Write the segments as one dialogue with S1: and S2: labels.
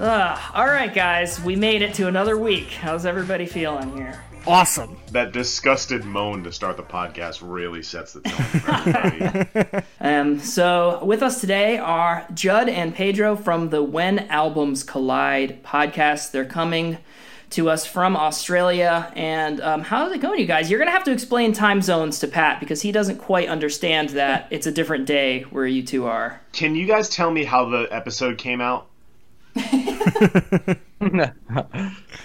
S1: Ugh. all right, guys, we made it to another week. How's everybody feeling here?
S2: Awesome.
S3: That disgusted moan to start the podcast really sets the tone for everybody.
S1: Um, so with us today are Judd and Pedro from the When Albums Collide podcast. They're coming to us from Australia. And um, how's it going, you guys? You're gonna have to explain time zones to Pat because he doesn't quite understand that it's a different day where you two are.
S3: Can you guys tell me how the episode came out?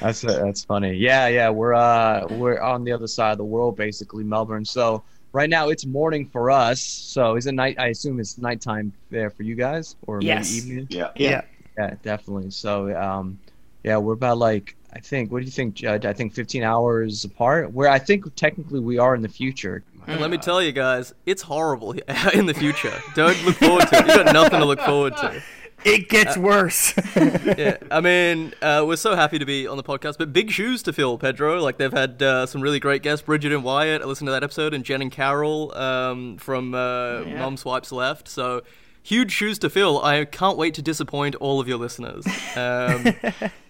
S4: That's that's funny. Yeah, yeah, we're uh we're on the other side of the world, basically Melbourne. So right now it's morning for us. So is it night? I assume it's nighttime there for you guys, or
S1: Yes.
S4: maybe evening.
S3: Yeah.
S2: Yeah.
S4: Yeah, definitely. So um, yeah, we're about like I think. What do you think, Judge? I think 15 hours apart. Where I think technically we are in the future.
S5: And let me tell you guys, it's horrible in the future. Don't look forward to it. You got nothing to look forward to.
S2: It gets worse.
S5: Yeah, I mean, uh, we're so happy to be on the podcast, but big shoes to fill, Pedro. Like they've had uh, some really great guests, Bridget and Wyatt. I listened to that episode, and Jen and Carol um, from uh, Mom Swipes Left. So huge shoes to fill. I can't wait to disappoint all of your listeners. Um,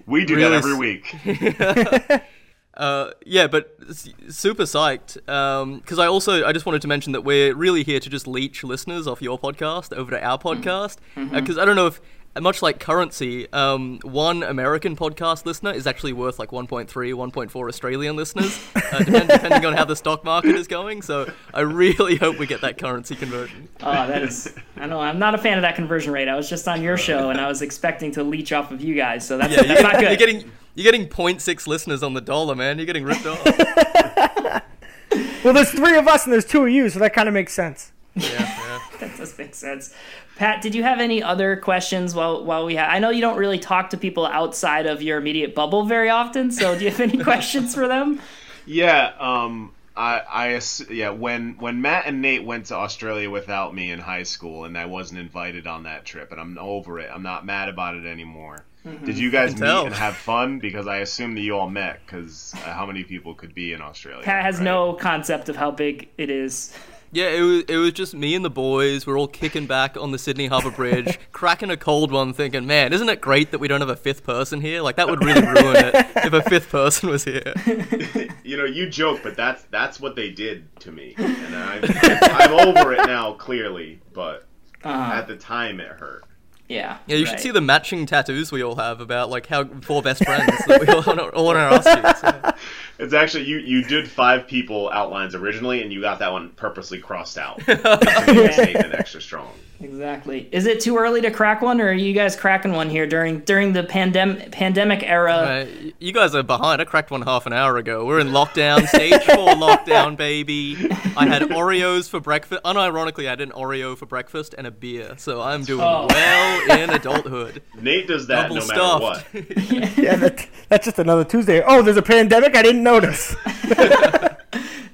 S3: We do that
S5: Really
S3: every
S5: s-
S3: week.
S5: Uh, yeah, but s- super psyched because I also I just wanted to mention that we're really here to just leech listeners off your podcast over to our podcast because I don't know if much like currency, um, one American podcast listener is actually worth like 1.3, 1.4 Australian listeners, uh, depend, depending on how the stock market is going. So I really hope we get that currency conversion.
S1: Oh, that is. I know. I'm not a fan of that conversion rate. I was just on your show and I was expecting to leech off of you guys, so that's,
S5: Yeah,
S1: that's not good.
S5: You're getting you're getting 0.6 listeners on the dollar, man. You're getting ripped off.
S2: well, there's three of us and there's two of you, so that kind of makes sense.
S1: that does make sense. Pat, did you have any other questions while while we have? I know you don't really talk to people outside of your immediate bubble very often, so do you have any questions for them?
S3: Yeah. Um. I. I. ass- Yeah. When. When Matt and Nate went to Australia without me in high school, and I wasn't invited on that trip, and I'm over it. I'm not mad about it anymore. Did you guys meet
S5: Mm-hmm. tell.
S3: and have fun? Because I assume that you all met. Because uh, how many people could be in Australia?
S1: Pat has
S3: right?
S1: no concept of how big it is.
S5: Yeah, it was, it was just me and the boys. We're all kicking back on the Sydney Harbour Bridge, cracking a cold one, thinking, man, isn't it great that we don't have a fifth person here? Like, that would really ruin it if a fifth person was here.
S3: You know, you joke, but that's that's what they did to me, and I'm, I'm over it now. Clearly, but
S5: Uh-huh.
S3: at the time it hurt.
S1: Yeah.
S5: Yeah, you should see the matching tattoos we all have about, like, how four best friends that we all, on our- all on our ass cheeks.
S3: It's actually you. You did five people outlines originally, and you got that one purposely crossed out. Statement extra strong.
S1: exactly. Is it too early to crack one, or are you guys cracking one here during during the pandem- pandemic era?
S5: Uh, you guys are behind. I cracked one half an hour ago. We're in lockdown, stage four lockdown, baby. I had Oreos for breakfast. Unironically, I had an Oreo for breakfast and a beer, so I'm doing
S1: Oh.
S5: well in adulthood.
S3: Nate does that
S5: Double
S3: no matter
S5: stuffed.
S3: what.
S2: Yeah, that, that's just another Tuesday. Oh, there's a pandemic? I didn't notice.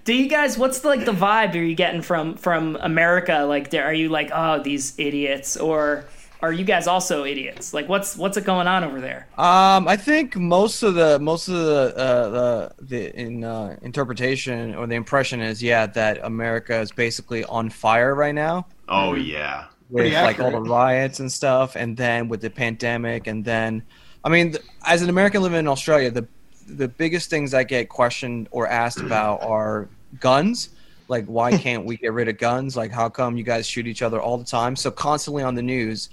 S1: Do you guys? What's the, like the vibe are you getting from from America? Like, there, are you like, oh, these idiots, or are you guys also idiots? Like, what's what's it going on over there?
S3: Uh,
S4: Um, I think most of the most of the uh, the the in uh, interpretation or the impression is yeah that America is basically on fire right now.
S3: Oh yeah.
S4: with like all the riots and stuff, and then with the pandemic, and then, I mean, th- as an American living in Australia, the the biggest things I get questioned or asked about are guns. Like, why can't we get rid of guns? Like, how come you guys shoot each other all the time? So constantly on the news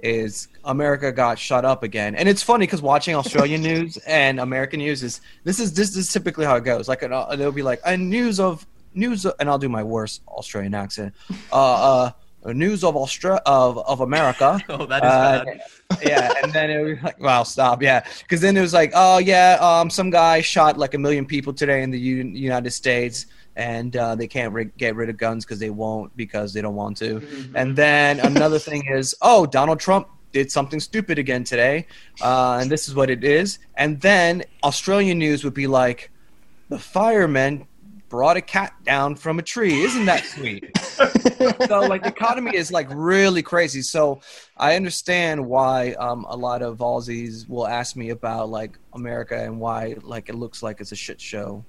S4: is America got shut up again. And it's funny because watching Australian news and American news is this is this, is typically how it goes. Like, uh, they'll be like, a news of news, of, and I'll do my worst Australian accent. Uh, uh, news of Austra- of of America.
S5: Oh, that is
S4: Uh,
S5: bad.
S4: yeah, and then it was like, wow, stop, yeah, because then it was like, oh yeah, um, some guy shot like a million people today in the U- United States, and uh, they can't ri- get rid of guns because they won't because they don't want to.
S5: Mm-hmm.
S4: And then another thing is, oh, Donald Trump did something stupid again today, uh, and this is what it is. And then Australian news would be like, the firemen brought a cat down from a tree. Isn't that sweet? so like the economy is like really crazy. So I understand why um, a lot of Aussies will ask me about like America and why like it looks like it's a shit show.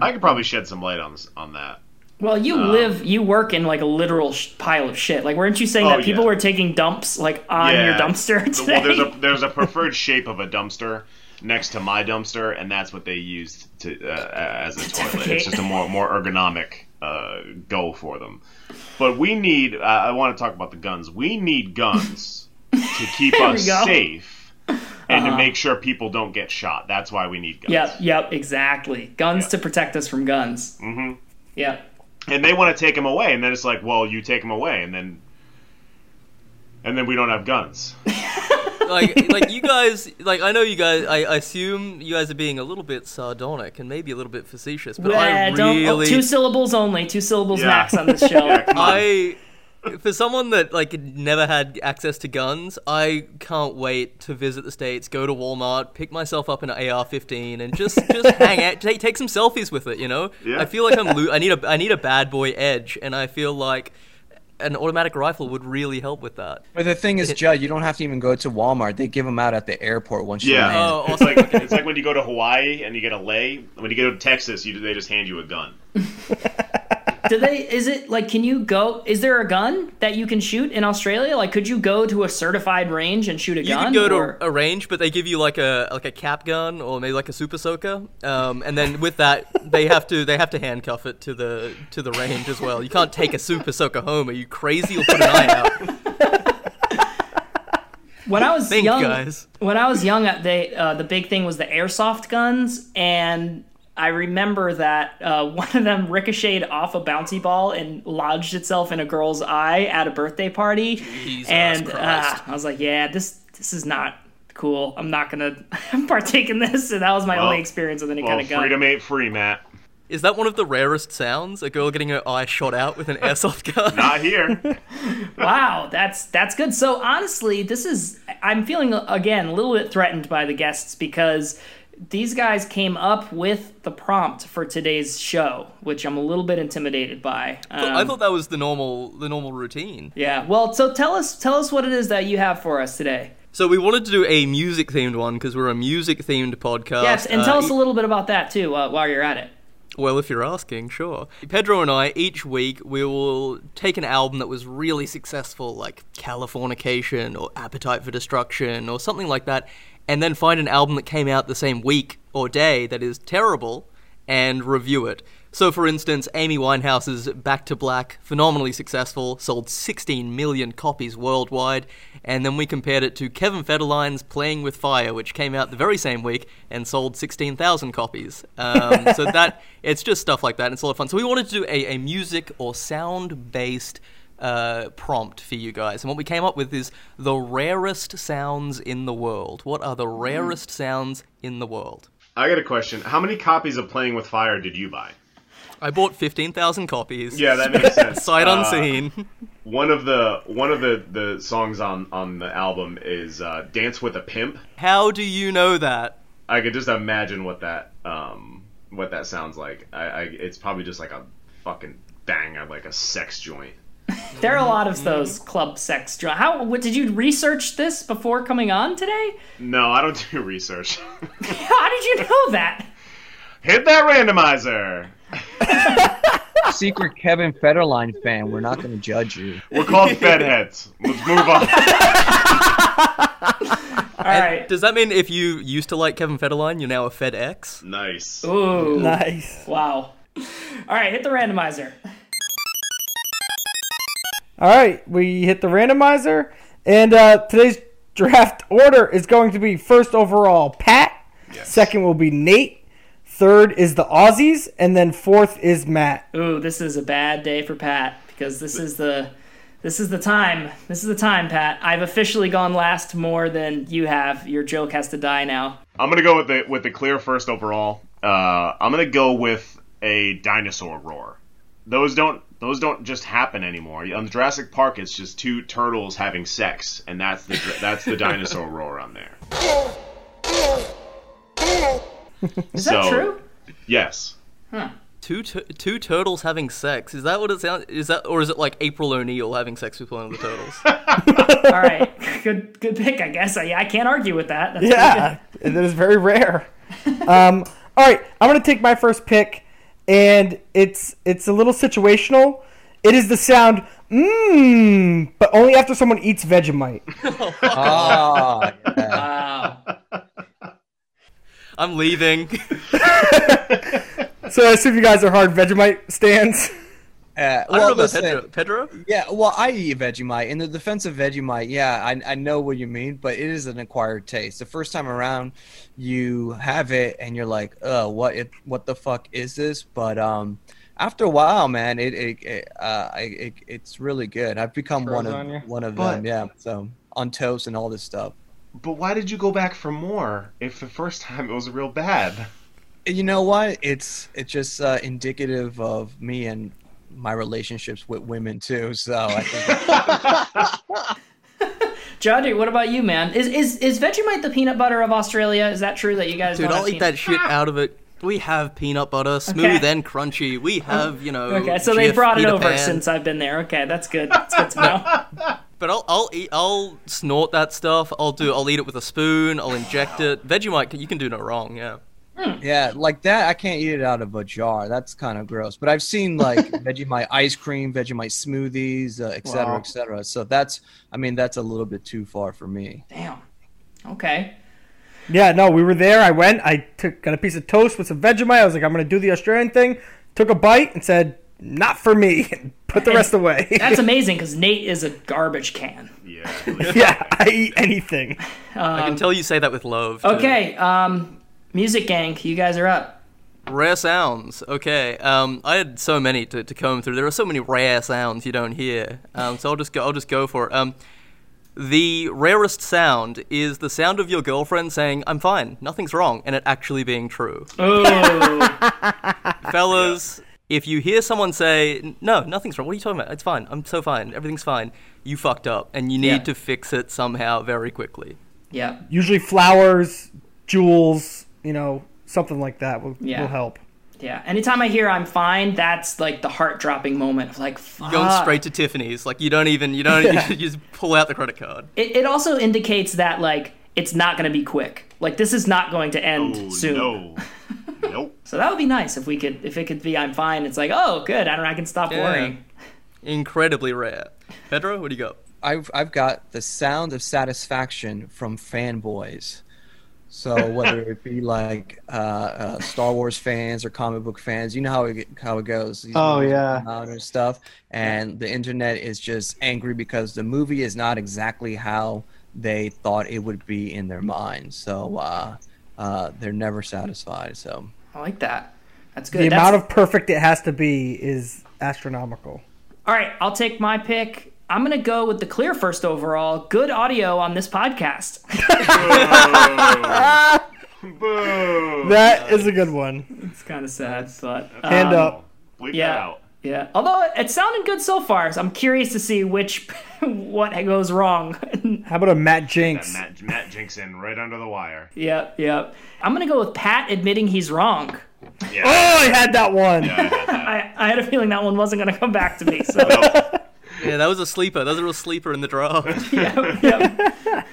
S3: I could probably shed some light on this, on that.
S1: Well, you
S3: um,
S1: live, you work in like a literal sh- pile of shit. Like, weren't you saying
S3: Oh,
S1: that people
S3: yeah.
S1: were taking dumps like on your
S3: Yeah.
S1: dumpster
S3: So,
S1: today?
S3: well, there's a there's a preferred shape of a dumpster next to my dumpster, and that's what they used to uh, as a toilet. It's just a more more ergonomic uh, goal for them. But we need. Uh, I want to talk about the guns. We need guns to keep us
S1: go. Uh-huh.
S3: safe and to make sure people don't get shot. That's why we need guns.
S1: Yep, yep, exactly. Guns to protect us from guns. Mm-hmm. Yep.
S3: and they want to take them away, and then it's like, well, you take them away, and then and then we don't have guns.
S5: like like you guys like I know you guys I, I assume you guys are being a little bit sardonic and maybe a little bit facetious, but I
S1: Yeah, don't, oh,
S5: really
S1: two syllables only. Two syllables
S3: Yeah.
S1: max on this show.
S3: Yeah, come on.
S5: I for someone that like had never had access to guns, I can't wait to visit the states, go to Walmart, pick myself up an AR-15, and just just hang out, take take some selfies with it. You know,
S3: Yeah.
S5: I feel like I'm lo- I need a I need a bad boy edge, and I feel like an automatic rifle would really help with that.
S4: But the thing is, Judd, you don't have to even go to Walmart. They give them out at the airport once you
S3: Yeah.
S4: land.
S5: Oh,
S3: It's
S5: awesome.
S3: like it's like when you go to Hawaii and you get a lay. When you go to Texas, you, they just hand you a gun.
S1: Do they? Is it like? Can you go? Is there a gun that you can shoot in Australia? Like, could you go to a certified range and shoot a
S5: You
S1: gun?
S5: can go
S1: or-
S5: to a range, but they give you like a like a cap gun or maybe like a super soaker, um, and then with that they have to they have to handcuff it to the to the range as well. You can't take a super soaker home. Are you crazy? You'll put an eye out.
S1: when I was
S5: Think,
S1: young,
S5: guys.
S1: when I was young, uh, they uh, the big thing was the airsoft guns, and I remember that uh, one of them ricocheted off a bouncy ball and lodged itself in a girl's eye at a birthday party, and uh,
S5: Christ.
S1: I was like, yeah, this this is not cool. I'm not gonna partake in this. And that was my
S3: Well-
S1: only experience with any
S3: Well,
S1: kind of gun.
S3: freedom ain't free, Matt.
S5: Is that one of the rarest sounds? A girl getting her eye shot out with an airsoft gun?
S3: Not here.
S1: wow, that's that's good. So honestly, this is I'm feeling again a little bit threatened by the guests because these guys came up with the prompt for today's show, which I'm a little bit intimidated by. Um,
S5: I thought that was the normal the normal routine.
S1: yeah. Well, so tell us tell us what it is that you have for us today.
S5: So we wanted to do a music themed one because we're a music themed podcast.
S1: Yes, and
S5: Uh,
S1: tell
S5: e-
S1: us a little bit about that too uh, while you're at it.
S5: Well, if you're asking, sure. Pedro and I, each week, we will take an album that was really successful, like Californication or Appetite for Destruction or something like that, and then find an album that came out the same week or day that is terrible and review it. So, for instance, Amy Winehouse's Back to Black, phenomenally successful, sold 16 million copies worldwide, and then we compared it to Kevin Federline's Playing with Fire, which came out the very same week and sold 16,000 copies. Um, so that it's just stuff like that, and it's a lot of fun. So we wanted to do a, a music or sound-based uh, prompt for you guys, and what we came up with is the rarest sounds in the world. What are
S3: Mm.
S5: the rarest sounds in the world?
S3: I got a question. How many copies of Playing with Fire did you buy?
S5: I bought 15,000 copies.
S3: Yeah, that makes sense.
S5: Sight
S3: Uh,
S5: unseen.
S3: one of the one of the, the songs on on the album is uh, "Dance with a Pimp."
S5: How do you know that?
S3: I could just imagine what that um what that sounds like. I, I it's probably just like a fucking bang of like a sex joint.
S1: There are a lot of those club sex. dra- How what, did you research this before coming on today?
S3: No, I don't do research.
S1: How did you know that?
S3: Hit that randomizer.
S4: Secret Kevin Federline fan, we're not going to judge you.
S3: We're called Fedheads. Let's move on.
S1: All right.
S5: Does that mean if you used to like Kevin Federline, you're now a FedEx?
S3: Nice.
S1: Ooh.
S2: Nice.
S1: Wow. All right, hit the randomizer.
S2: All right, we hit the randomizer, and uh, today's draft order is going to be first overall Pat, second will be Nate, third is the Aussies, and then fourth is Matt.
S1: Ooh, this is a bad day for Pat because this is the This is the time. This is the time, Pat. I've officially gone last more than you have. Your joke has to die now.
S3: I'm gonna go with the with the clear first overall. Uh, I'm gonna go with a dinosaur roar. Those don't those don't just happen anymore. On Jurassic Park, it's just two turtles having sex, and that's the that's the dinosaur roar on there.
S1: Is that
S3: So-
S1: true?
S3: Yes.
S5: Two tur two turtles having sex. Is that what it sounds? Is that or is it like April O'Neil having sex with one of the turtles?
S1: All right. Good good pick, I guess. I, I can't argue with that. That's
S2: Yeah, and that is very rare. Um, all right, I'm gonna take my first pick, and it's it's a little situational. It is the sound mmm, but only after someone eats Vegemite.
S4: Ah, yeah.
S1: Wow.
S5: I'm leaving.
S2: So I assume you guys are hard Vegemite stands.
S4: Yeah,
S5: I
S4: well,
S5: don't know about
S4: listen,
S5: Pedro. Pedro?
S4: Yeah, well, I eat Vegemite. In the defense of Vegemite, yeah, I, I know what you mean, but it is an acquired taste. The first time around, you have it and you're like, "Uh, what? It, what the fuck is this?" But um, after a while, man, it it, it uh, I- it it's really good. I've become one
S2: on you.
S4: of one of
S3: But-
S4: them. Yeah, so on toast and all this stuff.
S3: But why did you go back for more if the first time it was real bad?
S4: You know what? It's it's just uh, indicative of me and my relationships with women too. So I think
S1: Jadu, what about you, man? Is is is Vegemite the peanut butter of Australia? Is that true that you guys
S5: Dude,
S1: don't
S5: I'll
S1: have
S5: eat
S1: peanut-
S5: that shit out of it. We have peanut butter, smooth and crunchy. We have, you know.
S1: Oh. Okay, so they
S5: Jif,
S1: brought it
S5: Peter
S1: over
S5: Pan.
S1: since I've been there. Okay, that's good. That's good to know.
S5: But I'll, I'll eat. I'll snort that stuff. I'll do. I'll eat it with a spoon. I'll inject it. Vegemite, you can do no wrong. Yeah.
S4: Yeah, like that. I can't eat it out of a jar. That's kind of gross. But I've seen like Vegemite ice cream, Vegemite smoothies, uh, et cetera,
S1: Wow.
S4: et cetera. So that's, I mean, that's a little bit too far for me.
S1: Damn. Okay.
S2: Yeah, no, we were there. I went. I took got a piece of toast with some Vegemite. I was like, I'm gonna do the Australian thing. Took a bite and said, not for me. And put the rest away.
S1: That's amazing because Nate is a garbage can.
S3: Yeah.
S2: yeah, I eat anything.
S5: I can tell you say that with love. too.
S1: Um, Okay, um, Music Gang, you guys are up.
S5: Rare sounds. Okay. Um, I had so many to, to comb through. There are so many rare sounds you don't hear. Um, so I'll just go. I'll just go for it. Um, the rarest sound is the sound of your girlfriend saying, "I'm fine, nothing's wrong," and it actually being true.
S1: Oh,
S5: fellas, if you hear someone say, "No, nothing's wrong. What are you talking about? It's fine. I'm so fine. Everything's fine." You fucked up, and you need
S1: Yeah.
S5: to fix it somehow very quickly.
S1: yeah.
S2: Usually flowers, jewels, you know, something like that will,
S1: Yeah.
S2: will help.
S1: Yeah. Anytime I hear I'm fine, that's like the heart dropping moment of like, fuck.
S5: Going straight to Tiffany's, like you don't even you don't you just pull out the credit card.
S1: It, it also indicates that like it's not going to be quick. Like this is not going to end
S3: Oh,
S1: soon.
S3: No. Nope.
S1: So that would be nice if we could if it could be I'm fine. It's like oh good, I don't I can stop
S5: Yeah.
S1: worrying.
S5: Incredibly rare. Pedro, what do you got?
S4: I've, I've got the sound of satisfaction from fanboys. So whether it be like uh, uh, Star Wars fans or comic book fans, you know how it how it goes. These
S2: Oh,
S4: movies
S2: yeah.
S4: come out and stuff, and the internet is just angry because the movie is not exactly how they thought it would be in their mind. So uh, uh, they're never satisfied. So
S1: I like that. That's good.
S2: The
S1: That's-
S2: amount of perfect it has to be is astronomical.
S1: All right, I'll take my pick. I'm going to go with the clear first overall. Good audio on this podcast.
S3: Boom.
S2: That is a good one.
S1: it's kind of sad, but
S2: Hand
S1: um,
S2: up.
S3: Bleep
S1: yeah.
S3: that out.
S1: Yeah. Although it sounded good so far, so I'm curious to see which what goes wrong.
S2: How about a Matt
S3: That
S2: Jinx?
S3: Matt, Matt jinx in right under the wire.
S1: yep, yep. I'm gonna go with Pat admitting he's wrong.
S3: Yeah.
S2: Oh, I had that one.
S1: I, I had a feeling that one wasn't gonna come back to me. So
S5: Yeah, that was a sleeper. That was a real sleeper in the draft.
S1: yep, yep.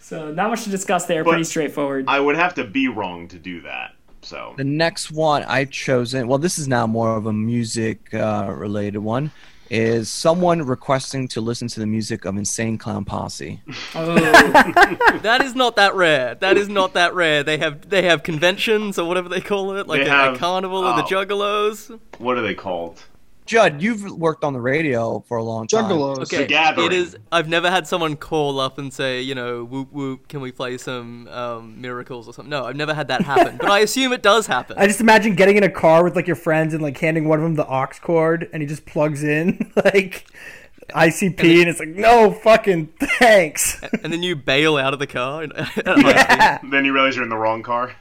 S1: So not much to discuss there. pretty
S3: But-
S1: straightforward.
S3: I would have to be wrong to do that. So.
S4: The next one I've chosen, well, this is now more of a music uh, related one, is someone requesting to listen to the music of Insane Clown Posse.
S1: oh,
S5: that is not that rare. That is not that rare. They have they have conventions or whatever they call it, like
S3: They
S5: the
S3: have-
S5: carnival or the
S3: oh.
S5: juggalos.
S3: What are they called?
S4: Judd, you've worked on the radio for a long time.
S6: Juggalos.
S5: Okay,
S3: gathering.
S5: it is. I've never had someone call up and say, you know, whoop whoop, can we play some um, miracles or something? No, I've never had that happen. but I assume it does happen.
S2: I just imagine getting in a car with like your friends and like handing one of them the aux cord and he just plugs in like ICP, and, it's like, no fucking thanks.
S5: and then you bail out of the car. And,
S2: yeah.
S3: Then you realize you're in the wrong car.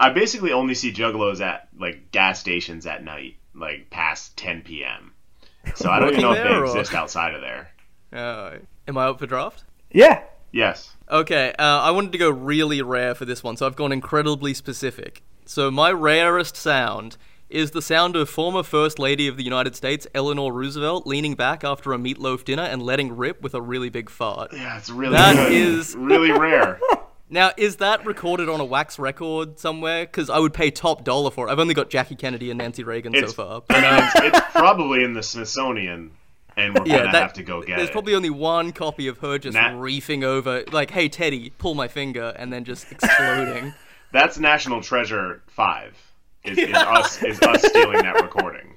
S3: I basically only see juggalos at like gas stations at night, like past 10 p.m. So I don't
S5: Working
S3: know if
S5: there,
S3: they
S5: or-
S3: exist outside of there.
S5: Uh, am I up for draft?
S2: Yeah.
S3: Yes.
S5: Okay, uh, I wanted to go really rare for this one, so I've gone incredibly specific. So my rarest sound is the sound of former First Lady of the United States, Eleanor Roosevelt, leaning back after a meatloaf dinner and letting rip with a really big fart.
S3: Yeah, it's really
S5: That
S3: good.
S5: is-
S3: really rare.
S5: Now, is that recorded on a wax record somewhere? Because I would pay top dollar for it. I've only got Jackie Kennedy and Nancy Reagan
S3: It's-
S5: so far.
S3: I know, uh, it's, it's probably in the Smithsonian, and we're gonna
S5: that-
S3: have to go get
S5: There's
S3: it.
S5: probably only one copy of her just
S3: Nat-
S5: reefing over, like, "Hey Teddy, pull my finger," and then just exploding.
S3: That's National Treasure Five. Is, is us is us stealing that recording?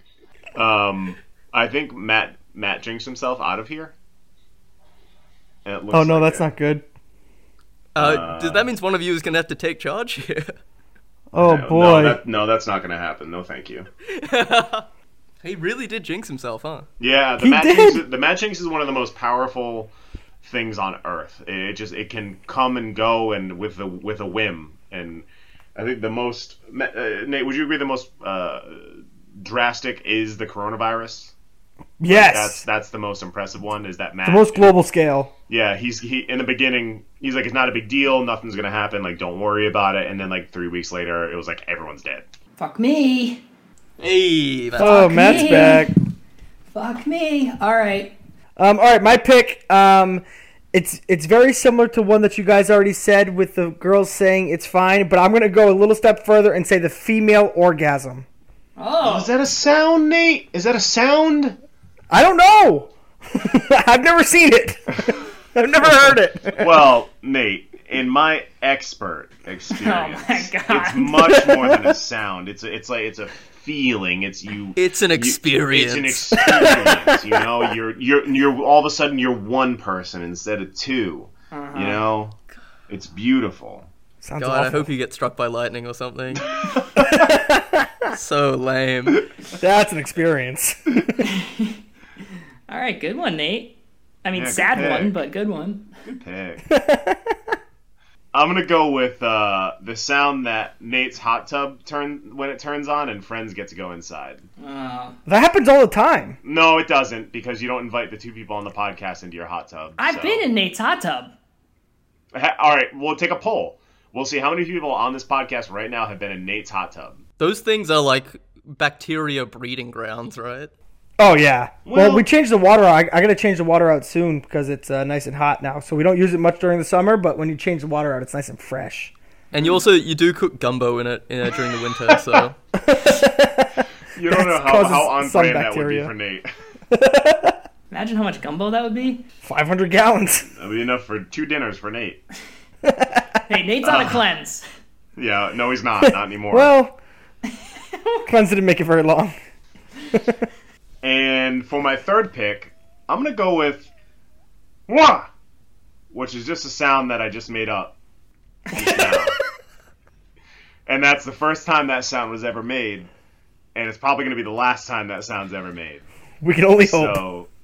S3: Um, I think Matt Matt drinks himself out of here. And it looks
S2: Oh no,
S3: like
S2: that's
S3: it.
S2: not good.
S5: Uh, does that means one of you is gonna have to take charge here?
S2: Oh
S3: No,
S2: boy.
S3: that- no, that's not gonna happen. No, thank you.
S5: he really did jinx himself, huh?
S3: Yeah, the
S2: He
S3: Mad
S2: did.
S3: Jinx, the Mad Jinx is one of the most powerful things on Earth. It, it just it can come and go and with the with a whim. And I think the most Ma- uh, Nate, would you agree the most uh, drastic is the coronavirus?
S2: yes.
S3: That's that's the most impressive one. Is that Matt?
S2: the most global scale.
S3: yeah, he's he in the beginning he's like it's not a big deal, nothing's gonna happen, like don't worry about it. And then like three weeks later, it was like everyone's dead.
S1: Fuck me.
S5: Hey, that's
S2: Oh, Matt's
S1: me.
S2: back.
S1: Fuck me. All right.
S2: Um, all right, my pick. Um, it's it's very similar to one that you guys already said with the girls saying it's fine, but I'm gonna go a little step further and say the female orgasm.
S1: Oh,
S3: Is that a sound, Nate? Is that a sound?
S2: I don't know. I've never seen it. I've never heard it.
S3: Well, Nate, in my expert experience,
S1: Oh my God.
S3: it's much more than a sound. It's a, it's like it's a feeling. It's you.
S5: it's an
S3: you-
S5: experience.
S3: It's an experience. you know, you're you're you're all of a sudden you're one person instead of 2
S1: Uh-huh.
S3: You know, it's beautiful.
S2: Sounds
S5: God, I
S2: awful.
S5: hope you get struck by lightning or something. so lame.
S2: That's an experience.
S1: all right. Good one, Nate. I mean,
S3: Yeah, good
S1: sad
S3: pick.
S1: one, but good one.
S3: pick. I'm gonna go with uh, the sound that Nate's hot tub turn when it turns on and friends get to go inside.
S1: Uh,
S2: That happens all the time.
S3: No, it doesn't because you don't invite the two people on the podcast into your hot tub.
S1: I've
S3: so-
S1: been in Nate's hot tub.
S3: Ha- All right, we'll take a poll. We'll see how many people on this podcast right now have been in Nate's hot tub.
S5: Those things are like bacteria breeding grounds, right?
S2: Oh yeah. Well,
S3: Well-
S2: we changed the water. I, I gotta change the water out soon because it's uh, nice and hot now. So we don't use it much during the summer, but when you change the water out, it's nice and fresh.
S5: And you also you do cook gumbo in it uh, during the winter, so
S3: You don't know how,
S2: causes
S3: how on
S2: some
S3: brand that would be
S2: bacteria.
S3: for Nate.
S1: Imagine how much gumbo that would be.
S2: Five hundred gallons.
S3: That'd be enough for two dinners for Nate.
S1: Hey, Nate's
S3: Ah,
S1: on a cleanse.
S3: Yeah, no, he's not. Not anymore.
S2: Well, Clemson didn't make it very long.
S3: And for my third pick, I'm gonna go with Wah! which is just a sound that I just made up. Just now. and that's the first time that sound was ever made, and it's probably gonna be the last time that sound's ever made.
S2: We can only hope.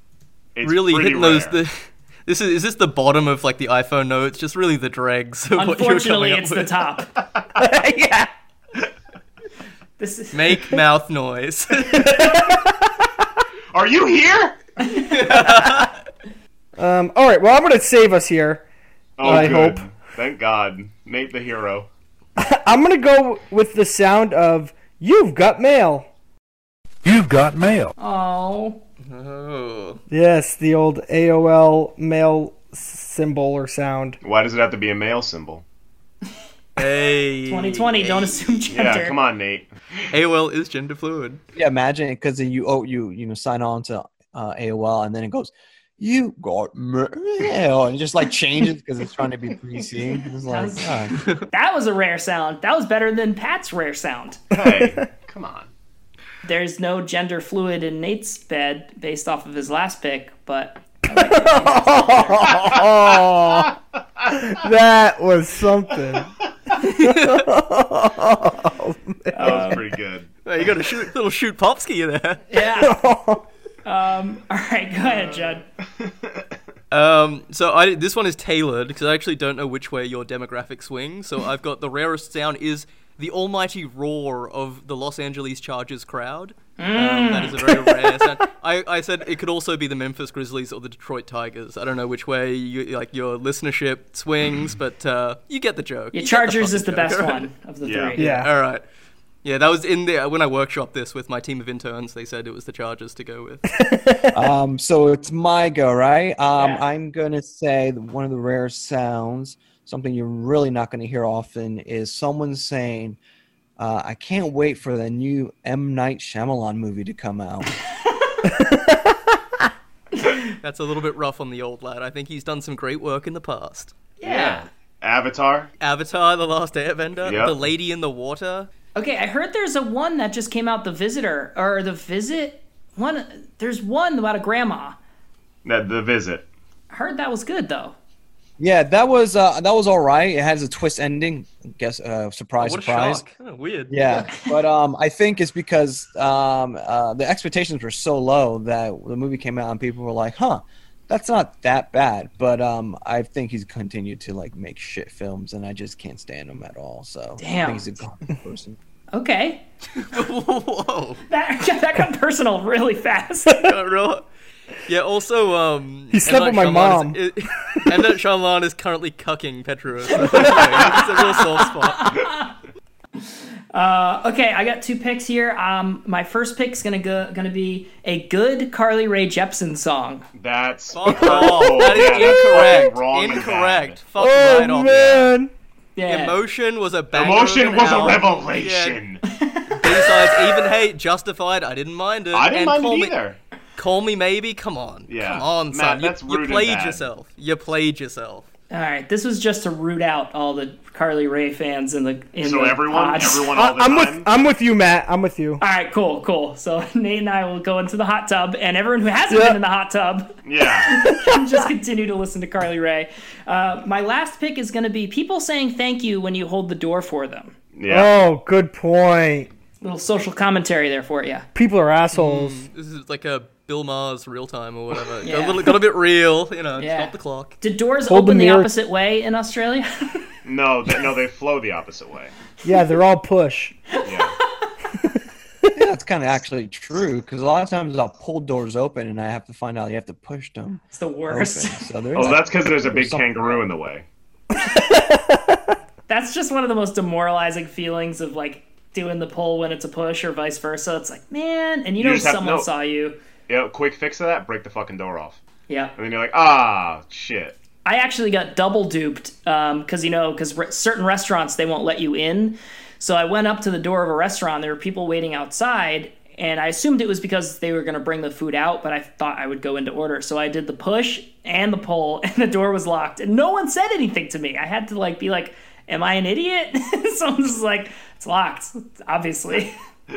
S3: So it's
S5: really
S3: pretty
S5: hitting those.
S3: rare.
S5: The, this is, is this the bottom of like the iPhone notes? Just really the dregs. Of what you're
S1: Unfortunately,
S5: coming
S1: it's
S5: up
S1: the
S5: with.
S1: top.
S2: yeah.
S1: This is
S5: Make mouth noise.
S3: Are you here?
S2: Um, all right. Well, I'm gonna save us here.
S3: Oh,
S2: I
S3: good.
S2: hope.
S3: Thank God, Nate the hero.
S2: I'm gonna go with the sound of "You've Got Mail."
S6: You've got mail.
S1: oh.
S5: oh,
S2: Yes, the old AOL mail s- symbol or sound.
S3: Why does it have to be a male symbol?
S5: hey.
S1: 2020, don't assume gender.
S3: Yeah, come on, Nate.
S5: AOL is gender fluid.
S4: Yeah, imagine because you oh you you know sign on to uh, AOL and then it goes, you got mail and it just like changes because it's trying to be PC. It's like God.
S1: That was a rare sound. That was better than Pat's rare sound.
S3: Hey, come on.
S1: There's no gender fluid in Nate's bed based off of his last pick, but
S2: Oh, that was something.
S3: That was pretty good.
S5: Hey, you got a shoot, little shoot popsky there.
S1: yeah.
S2: all
S1: Um, all right, go
S3: Uh,
S1: ahead, Judd.
S5: Um, so I this one is tailored because I actually don't know which way your demographic swings. So I've got the rarest sound is the almighty roar of the Los Angeles Chargers crowd. Um, that is a very rare sound. I, I said it could also be the Memphis Grizzlies or the Detroit Tigers. I don't know which way you, like your listenership swings, but uh, you get the joke. You
S1: Your
S5: get
S1: Chargers is the
S5: fucking
S1: best
S5: joke.
S1: one of the
S3: Yeah.
S1: three.
S2: Yeah.
S5: All right. Yeah, that was in the when I workshopped this with my team of interns. They said it was the Chargers to go with.
S4: Um, so it's my go, right? Um,
S1: Yeah.
S4: I'm gonna say that one of the rare sounds, something you're really not gonna hear often, is someone saying, uh, "I can't wait for the new M Night Shyamalan movie to come out."
S5: That's a little bit rough on the old lad. I think he's done some great work in the past.
S1: Yeah.
S3: Avatar.
S5: Avatar: The Last Airbender,
S3: Yep.
S5: The Lady in the Water.
S1: Okay, I heard there's a one that just came out, The Visitor or The Visit. One, there's one about a grandma.
S3: The, the visit.
S1: I heard that was good though.
S4: yeah, that was uh, that was all right. It has a twist ending. Guess uh, surprise,
S5: Oh, What a
S4: surprise.
S5: shock! Kinda weird.
S4: Yeah, but um, I think it's because um, uh, the expectations were so low that the movie came out and people were like, "Huh, that's not that bad." But um, I think he's continued to like make shit films, and I just can't stand him at all. So I
S1: Damn.
S4: think he's a garbage person.
S1: Okay,
S5: Whoa.
S1: that that got personal really fast.
S5: Got real- Yeah. Also, um, he
S2: slept with my mom.
S5: Is, and that Shyamalan is currently cucking Petrus. it's a real soft spot.
S1: Okay, I got two picks here. Um, my first pick's gonna go gonna be a good Carly Rae Jepsen song.
S3: That's Oh,
S5: Fuck off. Oh, That
S3: yeah, that's
S5: is incorrect.
S3: fucking wrong with
S5: incorrect.
S3: that.
S5: Fuck right
S2: Oh
S5: off.
S2: man.
S1: Yeah,
S5: Emotion was a banger.
S3: Emotion
S5: of an
S3: was a
S5: album.
S3: revelation.
S5: Yeah, B-sides, even hate, justified. I didn't mind it.
S3: I didn't
S5: and
S3: mind
S5: Call
S3: it
S5: Me-
S3: either.
S5: Call me maybe. Come on.
S3: Yeah.
S5: Come on, son.
S3: Matt,
S5: you,
S3: that's
S5: you
S3: rude and
S5: played
S3: bad.
S5: yourself. You played yourself.
S1: All right, this was just to root out all the Carly Rae fans in the in the
S3: So everyone,
S1: pods.
S3: everyone, all
S2: I,
S3: the
S2: I'm
S3: time.
S2: with I'm with you, Matt. I'm with you.
S1: All right, cool, cool. So Nate and I will go into the hot tub, and everyone who hasn't been in the hot tub
S3: Yeah,
S1: can just continue to listen to Carly Rae. Uh, my last pick is going to be people saying thank you when you hold the door for them.
S3: yeah.
S2: Oh, good point.
S1: Little social commentary there for you.
S2: People are assholes.
S3: Mm.
S5: This is like a Bill Maher's real time or whatever. Got
S1: Yeah.
S5: a little, got a bit real. You know,
S1: Yeah.
S5: stop the clock.
S1: Did doors
S2: Hold the
S1: open the,
S2: mirror-
S1: opposite way in Australia?
S3: No, they, no, they flow the opposite way.
S2: Yeah, they're all push.
S3: Yeah.
S4: Yeah, that's kind of actually true because a lot of times I'll pull doors open and I have to find out you have to push them
S1: it's the
S4: open.
S1: worst.
S4: So there's
S3: Oh,
S4: that-
S3: that's because there's a big
S4: Something.
S3: kangaroo in the way.
S1: That's just one of the most demoralizing feelings of like doing the pull when it's a push or vice versa. It's like, man, and you, know
S3: just have-
S1: someone
S3: no.
S1: saw you.
S3: Yeah, quick fix of that. Break the fucking door off,
S1: Yeah.
S3: and then you're like, ah, shit.
S1: I actually got double duped because you know because re- certain restaurants they won't let you in. So I went up to the door of a restaurant. There were people waiting outside, and I assumed it was because they were going to bring the food out. But I thought I would go into order, so I did the push and the pull, and the door was locked, and no one said anything to me. I had to like be like, "Am I an idiot?" Someone's just like, "It's locked, obviously."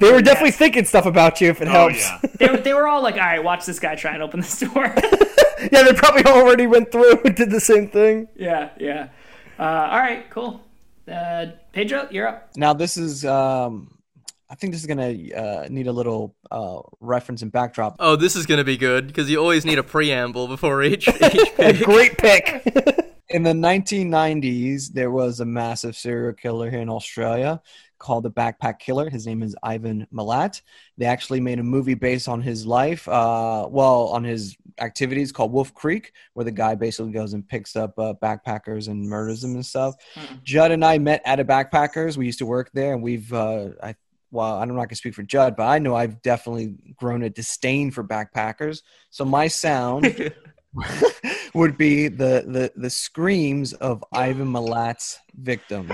S2: They were definitely thinking stuff about you if it
S3: Oh
S2: helps.
S3: yeah.
S1: they, were- they were all like, "All right, watch this guy try and open this door."
S2: Yeah, they probably already went through and did the same thing.
S1: yeah, yeah. Uh, all right, cool. Uh, Pedro, you're up.
S4: Now this is um, I think this is gonna uh, need a little uh, reference and backdrop.
S5: Oh, this is gonna be good because you always need a preamble before each. each pick.
S2: Great pick.
S4: in the 1990s, there was a massive serial killer here in Australia called the Backpack Killer. His name is Ivan Milat. They actually made a movie based on his life, uh, well, on his activities called Wolf Creek, where the guy basically goes and picks up uh, backpackers and murders them and stuff. Judd and I met at a backpackers. We used to work there, and we've, uh, I, well, I'm not going to speak for Judd, but I know I've definitely grown a disdain for backpackers. So my sound would be the, the, the screams of Ivan Milat's victims.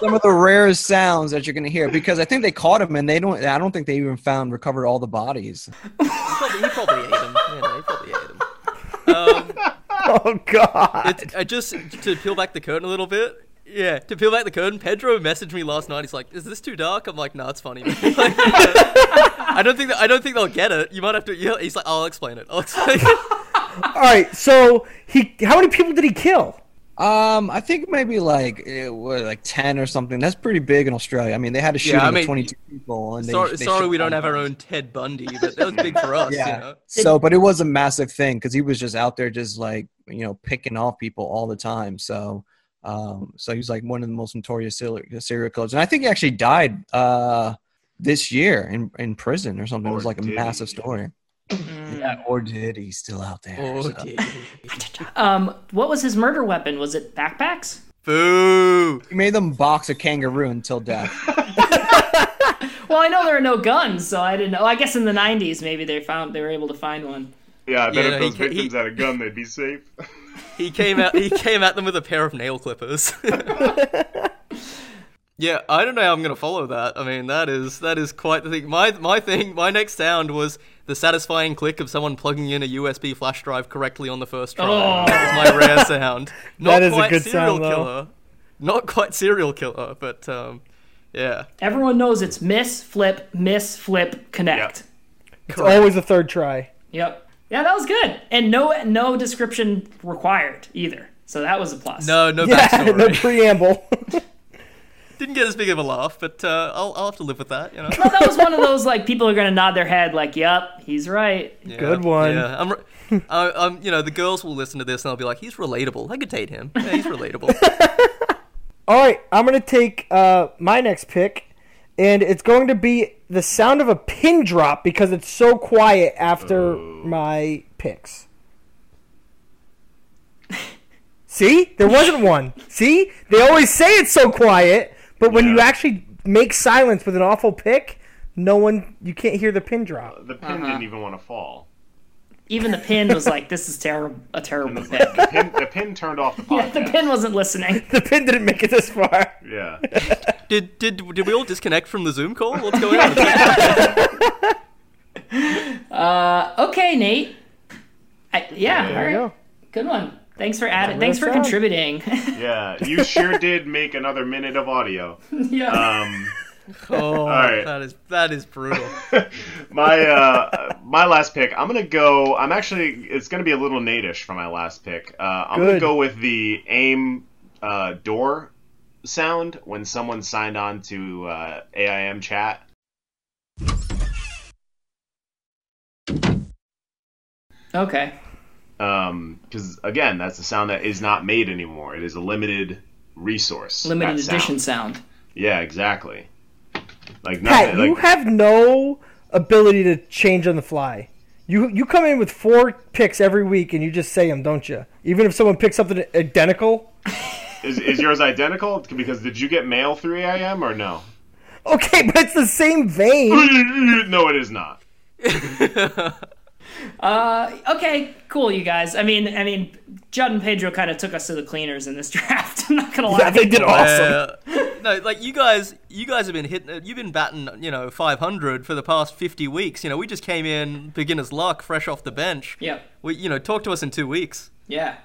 S4: Some of the rarest sounds that you're going to hear because I think they caught him and they don't. I don't think they even found recovered all the bodies.
S5: probably, he probably ate him. Yeah, he probably ate him. Um,
S2: Oh god.
S5: it's, I just to peel back the curtain a little bit. Yeah, to peel back the curtain, Pedro messaged me last night. He's like, "Is this too dark?" I'm like, "Nah, it's funny." man." Like, I don't think that, I don't think they'll get it. You might have to. Yeah. He's like, "I'll explain it." I'll explain. It.
S2: All right, so he how many people did he kill?
S4: Um, I think maybe like it was like ten or something. That's pretty big in Australia. I mean, they had a shooting
S5: I mean,
S4: of twenty-two people, and they,
S5: sorry,
S4: they
S5: sorry
S4: shot
S5: we don't
S4: down
S5: have our
S4: guns.
S5: own Ted Bundy, but that was big for us.
S4: Yeah.
S5: You know?
S4: So, but it was a massive thing because he was just out there, just like you know, picking off people all the time. So, um, so he was like one of the most notorious serial, serial killers, and I think he actually died uh this year in in prison or something. it
S3: Or
S4: was like a
S3: did he?
S4: massive story. Yeah, or did he still out there?
S5: Oh,
S4: so.
S5: dear.
S1: Um, what was his murder weapon? Was it backpacks?
S5: Boo!
S4: He made them box a kangaroo until death.
S1: Well, I know there are no guns, so I didn't know. I guess in the '90s, maybe they found they were able to find one.
S3: Yeah, I bet
S5: Yeah,
S3: if
S5: he
S3: those
S5: ca- he-
S3: victims had a gun, they'd be safe.
S5: He came out. He came at them with a pair of nail clippers. yeah, I don't know how I'm gonna follow that. I mean, that is that is quite the thing. My my thing. My next sound was the satisfying click of someone plugging in a USB flash drive correctly on the first try.
S1: Oh.
S5: That was my rare sound. Not
S2: That is a
S5: quite
S2: good
S5: serial
S2: sound, though.
S5: killer. Not quite serial killer, but um, yeah.
S1: Everyone knows it's miss, flip, miss, flip, connect.
S2: It's always a third try.
S1: Yep. Yeah, that was good, and no no description required either. So that was a plus.
S5: No, no
S2: Yeah,
S5: backstory.
S2: no preamble.
S5: Didn't get as big of a laugh, but uh, I'll I'll have to live with that. You know.
S1: Well, that was one of those like people are gonna nod their head like, "Yep, he's right."
S5: Yeah,
S2: Good one.
S5: Yeah, I'm, re- I, I'm. You know, the girls will listen to this and they'll be like, "He's relatable. I could date him. Yeah, he's relatable."
S2: All right, I'm going to take uh, my next pick, and it's going to be the sound of a pin drop because it's so quiet after my picks. See? There wasn't one. See? They always say it's so quiet, but when you
S3: Yeah.
S2: actually make silence with an awful pick, no one, you can't hear the pin drop.
S3: The pin
S5: Uh-huh.
S3: didn't even want to fall.
S1: Even the pin was like, "This is terrible, a terrible
S3: It's
S1: pick."
S3: like, the, pin, the pin turned off the
S1: Yeah,
S3: podcast.
S1: the pin wasn't listening.
S2: The pin didn't make it this far.
S3: Yeah.
S5: did did did we all disconnect from the Zoom call? What's going on?
S1: Okay, Nate. I, yeah,
S3: There
S1: all
S2: There
S1: right.
S2: you go.
S1: Good one. Thanks for adding. Thanks for
S2: sound.
S1: contributing.
S3: Yeah. You sure did make another minute of audio.
S1: yeah.
S3: Um,
S5: Oh,
S3: right.
S5: that is that is brutal.
S3: my uh, my last pick. I'm gonna go. I'm actually. It's gonna be a little natish for my last pick. Uh, I'm gonna
S2: Good.
S3: go with the aim uh, door sound when someone signed on to uh, AIM chat.
S1: Okay.
S3: because Um, again, that's a sound that is not made anymore. It is a limited resource.
S1: Limited
S3: that sound.
S1: edition sound.
S3: Yeah, exactly. Like
S2: Pat,
S3: nothing.
S2: you
S3: Like,
S2: have no ability to change on the fly. You you come in with four picks every week and you just say them, don't you? Even if someone picks something identical.
S3: is, is yours identical? Because did you get mail through AIM or no?
S2: Okay, but it's the same vein.
S3: no, it is not.
S1: Okay, cool, you guys. I mean, I mean, Judd and Pedro kind of took us to the cleaners in this draft. I'm not gonna lie.
S2: Yeah, they did awesome.
S5: Uh, no, like you guys, you guys have been hitting. uh, You've been batting, you know, 500 for the past 50 weeks. You know, we just came in beginner's luck, fresh off the bench.
S1: Yep.
S5: We, you know, talk to us in two weeks.
S1: Yeah.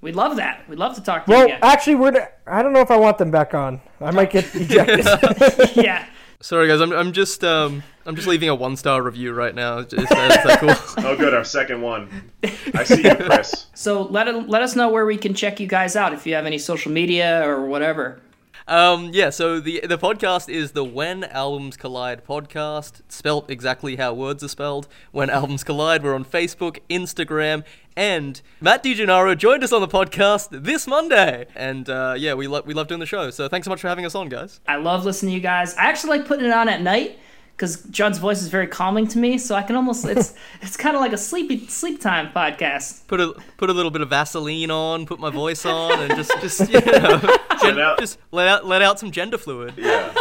S1: We'd love that. We'd love to talk to
S2: Well,
S1: you again.
S2: actually, we're. To, I don't know if I want them back on. I might get ejected.
S1: yeah.
S5: Sorry, guys. I'm, I'm just um I'm just leaving a one star review right now. Is that, is that cool?
S3: Oh, good, our second one. I see you, Chris.
S1: So let let us know where we can check you guys out if you have any social media or whatever.
S5: Um, yeah, so the the podcast is the When Albums Collide podcast, spelt exactly how words are spelled. When Albums Collide, we're on Facebook, Instagram, and Matt DiGennaro joined us on the podcast this Monday. And uh, yeah, we love we love doing the show. So thanks so much for having us on, guys.
S1: I love listening to you guys. I actually like putting it on at night because Judd's voice is very calming to me, so I can almost it's it's kind of like a sleepy sleep time podcast.
S5: Put a put a little bit of Vaseline on, put my voice on, and just just you know, gen-
S3: out-
S5: just let out let out some gender fluid.
S3: Now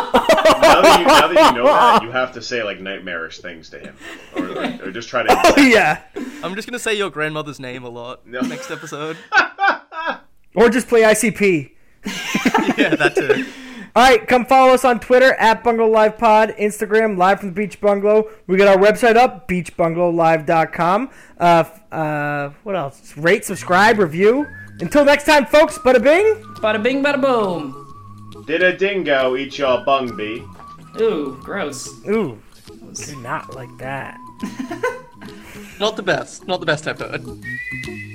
S3: that, you, now that you know that, you have to say like nightmarish things to him, or, or, or just try to.
S2: yeah,
S5: I'm just gonna say your grandmother's name a lot
S3: No.
S5: next episode.
S2: or just play ICP.
S5: yeah, that too.
S2: All right, come follow us on Twitter at Bungalow Live Pod, Instagram Live from the Beach Bungalow. We got our website up, beachbungalowlive.com. Uh, f- uh, what else? Rate, subscribe, review. Until next time, folks. Bada bing.
S1: Bada bing, bada boom.
S3: Did a dingo eat your bung bee?
S1: Ooh, gross.
S2: Ooh, do not like that.
S5: Not the best. Not the best I've heard.